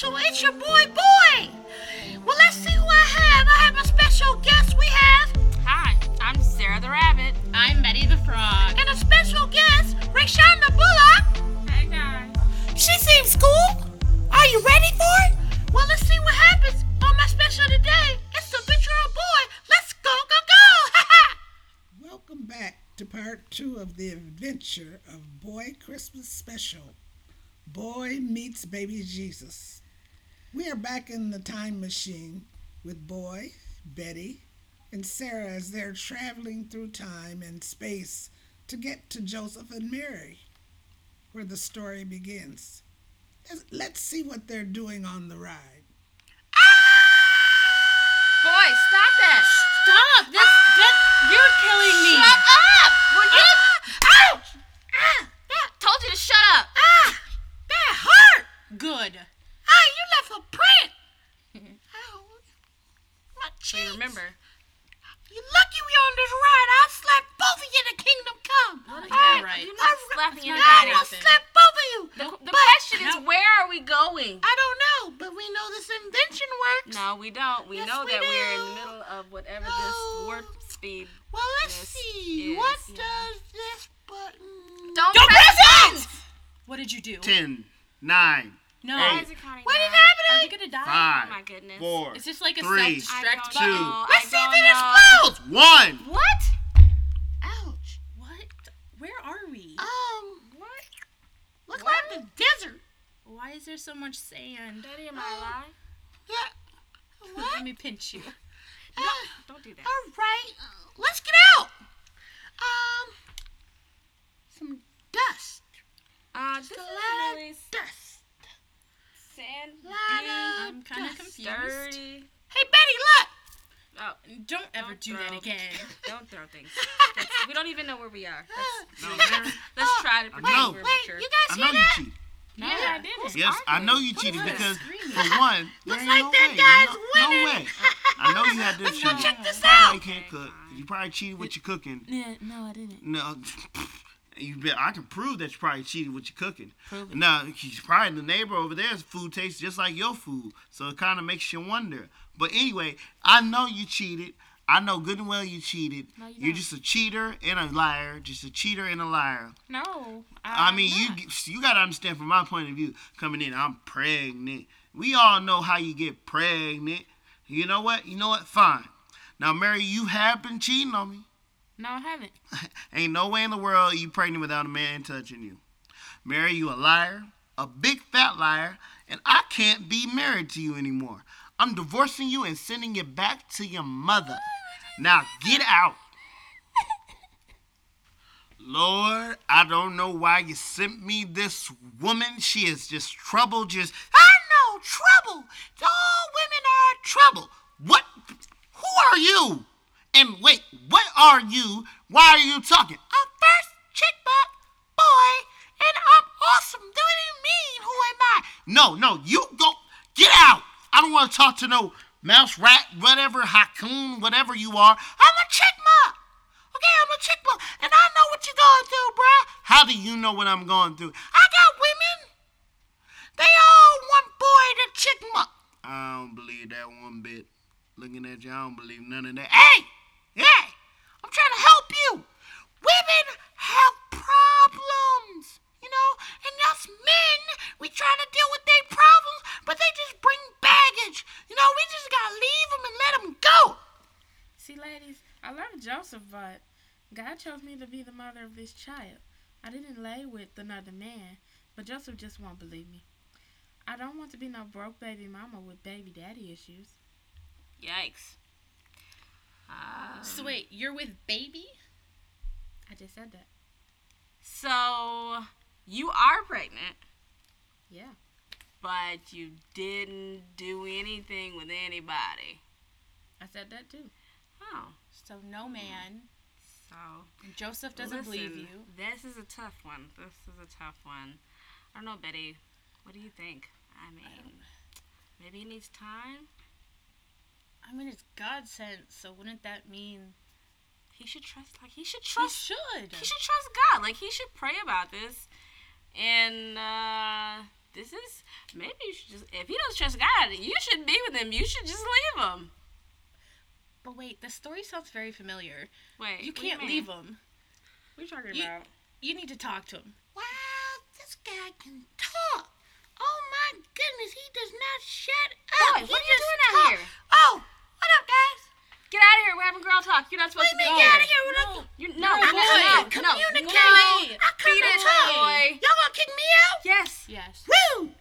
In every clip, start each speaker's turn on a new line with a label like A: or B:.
A: Oh, it's your boy, Boy. Well, let's see who I have. I have a special guest. We have
B: Hi, I'm Sarah the Rabbit.
C: I'm Betty the Frog.
A: and a special guest, Rayshonda Bullock.
B: Hey guys.
A: She seems cool. Are you ready for it? Well, let's see what happens on my special today. It's a picture of boy. Let's go, go, go! Ha ha!
D: Welcome back to part two of the adventure of Boy Christmas Special Boy Meets Baby Jesus. We are back in the time machine with Boy, Betty, and Sarah as they're traveling through time and space to get to Joseph and Mary, where the story begins. Let's- Let's see what they're doing on the ride.
B: Boy, stop that!
C: Stop! This, that- you're killing me.
B: Shut up! Will you?
A: Ouch! Ah, that,
B: Told you to shut up.
A: ah, that hurt!
C: Good.
A: Ah, you left a print! Ow, my
B: But
A: cheeks.
B: remember,
A: You're lucky we on this ride. I'll slap both of you to Kingdom Come. Ah,
C: you're
A: Alright?
C: right.
B: You're not
A: I-
B: slapping
A: I
B: anybody.
A: will Ah, slap both of you.
B: the, the
A: But-
B: question is, where are we going?
A: I don't know, but we know this invention works.
B: No, we don't. We
A: Yes, we
B: know that we're in the
A: do.
B: middle of whatever
A: No.
B: this warp speed.
A: Well, let's
B: This
A: see.
B: is-
A: what
B: yeah.
A: does this button?
B: Don't, press, it!
C: What did you do?
E: 10, 9,
C: No.
B: Why
E: Hey.
B: is it counting
A: What is
B: down?
C: Are we
A: happening?
C: gonna die?
E: 5,
B: Oh my goodness.
E: 4,
C: It's just like a
E: Three.
B: I don't
C: self-destruct
E: Two.
C: button.
B: know.
A: Let's
B: I
A: see
B: don't
A: if it
B: know.
A: explodes.
E: 1.
B: What?
A: Ouch.
C: What? Where are we?
A: Um,
B: What?
A: look
B: What?
A: like the desert.
C: Why is there so much sand?
B: Daddy, am I
A: Oh.
B: alive?
A: Yeah.
C: Let
A: What?
C: me pinch you.
A: Uh,
B: Don't do that.
A: All right, uh, let's get out. Um, some dust.
B: Uh, this
A: Just
B: is
A: a lot
B: really
A: of dust.
B: sandy,
A: Lot
C: I'm
A: of
C: kind of
A: dust.
C: confused.
B: dirty.
A: Hey, Betty, look.
B: Oh,
C: Don't ever do that
B: throw.
C: again.
B: don't throw things. That's- we don't even know where we are. Let's,
E: No,
B: let's, let's try to pretend
E: know.
B: we're
A: Oh. Wait,
B: mature.
A: you
E: I
A: guys
E: know
A: hear
E: you
A: that?
E: cheated.
C: No,
B: Yeah.
C: I didn't.
E: Yes, I know you cheated
C: What?
E: because,
C: Screaming.
E: for one, there
A: Looks
E: ain't
A: like
E: no
A: that
E: way.
A: guy's
E: no, no
A: winning.
E: way. I know you had to
A: Let's go
E: cheat.
A: check this
E: You know
A: out.
E: You can't cook. You probably cheated with your cooking.
C: Yeah, no, I didn't.
E: No, you bet. I can prove that you probably cheated with your cooking. Now, he's probably the neighbor over there's food tastes just like your food, so it kind of makes you wonder. But anyway, I know you cheated. I know good and well you cheated.
C: you
E: are
C: don't.
E: just a cheater and a liar. Just a cheater and a liar.
C: No.
E: I mean, you you gotta understand from my point of view. Coming in, I'm pregnant. We all know how you get pregnant. You know what? You know what? Fine. Now, Mary, you have been cheating on me.
C: No, I haven't.
E: Ain't no way in the world you pregnant without a man touching you. Mary, you a liar, a big fat liar, and I can't be married to you anymore. I'm divorcing you and sending you back to your mother. Now get out. Lord, I don't know why you sent me this woman. She is just trouble, just I know trouble. All women are trouble. What who are you? And wait, what are you? Why are you talking? I'm first chick butt boy, and I'm awesome. What do you mean? Who am I? No, no, you go get out. I don't want to talk to no mouse, rat, whatever, hacoon, whatever you are. I'm a chick butt. Okay, I'm a chick butt, and I know what you're going through, bruh. How do you know what I'm going through? I got women. They all want boy to chick muck. I don't believe that one bit. Looking at you, I don't believe none of that. Hey! Hey! I'm trying to help you. Women have problems, you know, and us men, we try to deal with their problems, but they just bring baggage. You know, we just gotta leave them and let them go.
F: See, ladies, I love Joseph, but God chose me to be the mother of this child. I didn't lay with another man, but Joseph just won't believe me. I don't want to be no broke baby mama with baby daddy issues.
B: Yikes. Uh,
C: So wait, you're with baby?
F: I just said that.
B: so you are pregnant,
F: Yeah.
B: but you didn't do anything with anybody.
F: I said that too.
B: Oh,
C: So no man.
B: so
C: And Joseph doesn't
B: listen,
C: believe you.
B: This is a tough one. This is a tough one. I don't know, Betty. What do you think? I mean, maybe it needs time.
C: I mean, it's God sent, so wouldn't that mean
B: He should trust. Like he should
C: he
B: trust
C: should?
B: he should trust God. Like he should pray about this, and uh, This is maybe you should just if he doesn't trust God, you should be with him. You should just leave him.
C: But wait, the story sounds very familiar.
B: Wait,
C: You can't leave him.
F: What you talking
C: You-
F: about?
C: You need to talk to him.
A: Wow, this guy can talk. Oh my goodness, he does not shut
B: Boy,
A: up.
B: what
A: he
B: are you
A: just
B: doing out
A: talk-
B: here?
A: Oh, what up, guys?
B: Get out of here. We're having girl talk. You're not supposed
A: Let me
B: to be
A: get out
B: here.
A: of here. We're not-
B: You no,
A: I'm
B: no,
A: coming out
B: no, no,
A: communicating.
B: no.
A: I come
B: Beat
A: to
B: it,
A: talk.
B: boy.
A: Y'all gonna kick me out?
B: Yes.
C: Yes.
A: Rude.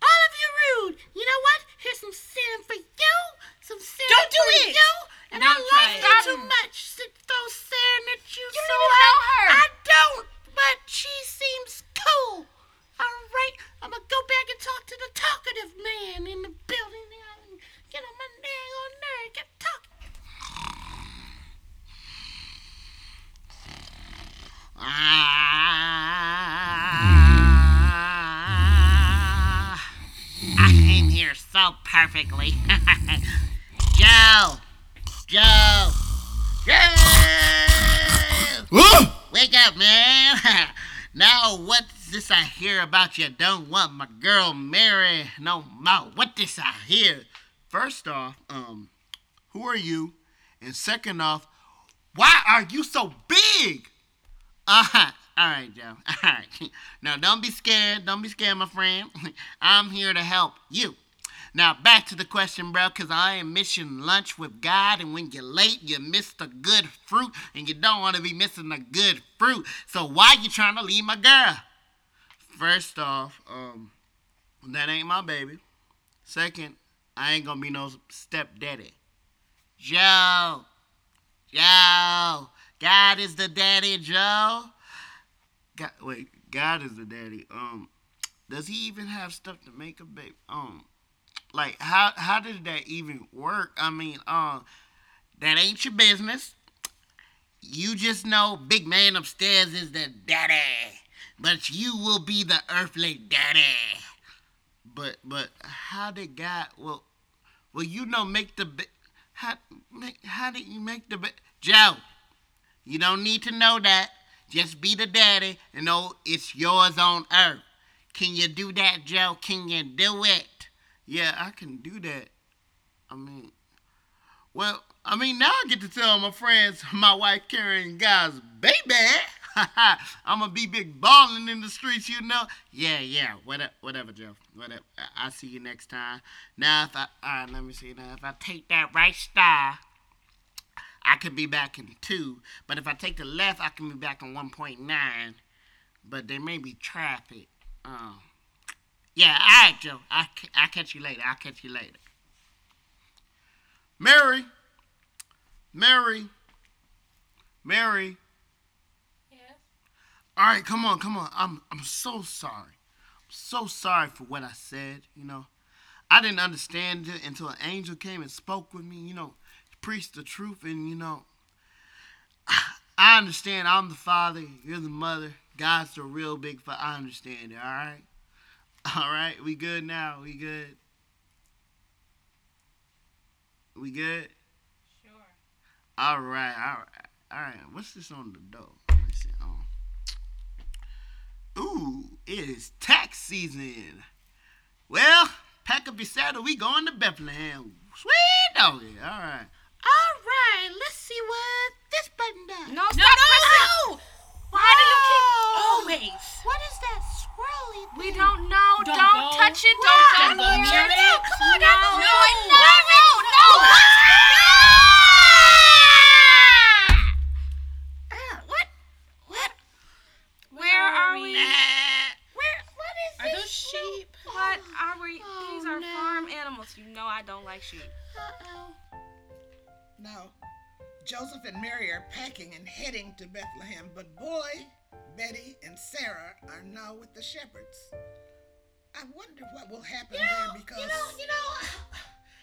A: All of you rude. You know what? Here's some sin for you. Some sin
C: Don't do
A: for
C: it.
A: you. And I
C: Don't
A: like you
C: try
B: it.
A: too much to throw sand at you.
B: You
A: so
B: don't even know her.
A: I don't, but she seems cool. All right, I'm gonna go back and talk to the talkative man in the building. now and Get on my dang on nerve. Get talking.
E: Ah, I came here so perfectly. Joe! Joe! Joe! Wake up, man! now, what's this I hear about you don't want my girl Mary no more? What this I hear? First off, um, who are you? And second off, why are you so big? Uh-huh. All right, Joe. All right. Now, don't be scared. Don't be scared, my friend. I'm here to help you. Now, back to the question, bro, because I am missing lunch with God, and when you're late, you miss the good fruit, and you don't want to be missing the good fruit. So, why you trying to leave my girl? First off, um, that ain't my baby. Second, I ain't going to be no stepdaddy. Joe. Joe, God is the daddy, Joe. God, wait, God is the daddy. Um, does he even have stuff to make a baby? Um, like how how did that even work? I mean, um, that ain't your business. You just know big man upstairs is the daddy, but you will be the earthly daddy. But but how did God? Well, well, you know, make the ba- how make, how did you make the ba- Joe? You don't need to know that. Just be the daddy and know it's yours on earth. Can you do that, Joe? Can you do it? Yeah, I can do that. I mean, well, I mean now I get to tell my friends my wife carrying God's baby. I'ma be big balling in the streets, you know. Yeah, yeah. Whatever, whatever, Joe. Whatever. I- I'll see you next time. Now, if I, all right, let me see. Now, if I take that right star, I could be back in two. But if I take the left, I can be back in one point nine. But there may be traffic. Um, yeah. All right, Joe. I ca- I catch you later. I'll catch you later. Mary. Mary. Mary. All right, come on, come on. I'm I'm so sorry. I'm so sorry for what I said, you know. I didn't understand it until an angel came and spoke with me, you know, preached the truth and you know I understand I'm the father, you're the mother, God's the real big father. I understand it, all right? All right, we good now. We good. We good? Sure. All right, all right. All right, what's this on the door? Let me see. Um, Ooh, it is tax season. Well, pack up your saddle. We going to Bethlehem. Sweet doggy. All right.
A: All right, let's see what this button does.
B: No, stop pressing.
A: no. Why do you keep? Oh,
C: Always.
A: What is that swirly thing?
B: We don't know. Don't,
C: Don't go.
B: touch it.
A: Wow,
B: Don't go
C: don't go
B: near
C: near
A: it.
B: it.
A: Come on,
B: no,
A: Apple
B: no,
A: Boy,
B: no, no, no.
A: Uh, what? What?
B: Where are we? Ah.
A: Where? What is
C: Are
A: this?
C: those sheep?
B: What are we?
A: Oh,
B: These are
A: no.
B: farm animals. You know I don't like sheep.
A: Uh-oh.
D: No. Joseph and Mary are packing and heading to Bethlehem, but boy, Betty, and Sarah are now with the shepherds. I wonder what will happen
A: You know,
D: there because
A: you know, you know.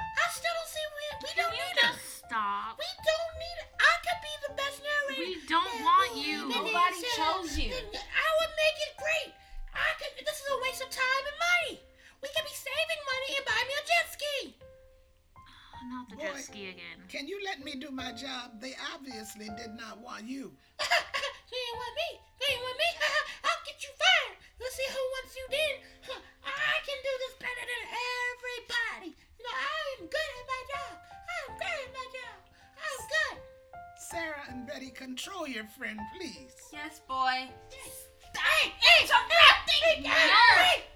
A: I still don't see we. We don't
B: you
A: need
B: just
A: us.
B: stop.
A: We don't need. I could be the best narrator.
B: We don't want you. Nobody chose you.
A: uh, I would make it great. I could. This is a waste of time and money. We could be saving money and buy me a jet ski.
B: Not the
D: Boy.
B: jet ski again.
D: can you let me do my job? They obviously did not want you.
A: they ain't want me. They ain't want me. I'll get you fired. Let's see who wants you then. I
D: control your friend, please.
B: Yes, boy.
A: Hey, hey, shut up!
B: Nerve.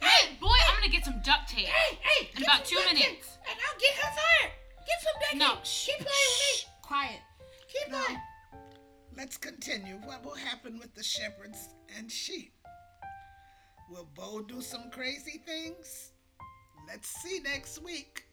B: Hey, boy, I'm gonna get some duct tape.
A: Hey, hey,
B: In about
A: some
B: two
A: bacon,
B: minutes.
A: And I'll get her fired. Get some bacon.
B: No, shh.
A: Keep playing with
B: shh, Quiet.
A: me. Keep
D: No.
A: playing.
D: Let's continue. What will happen with the shepherds and sheep? Will Bo do some crazy things? Let's see next week.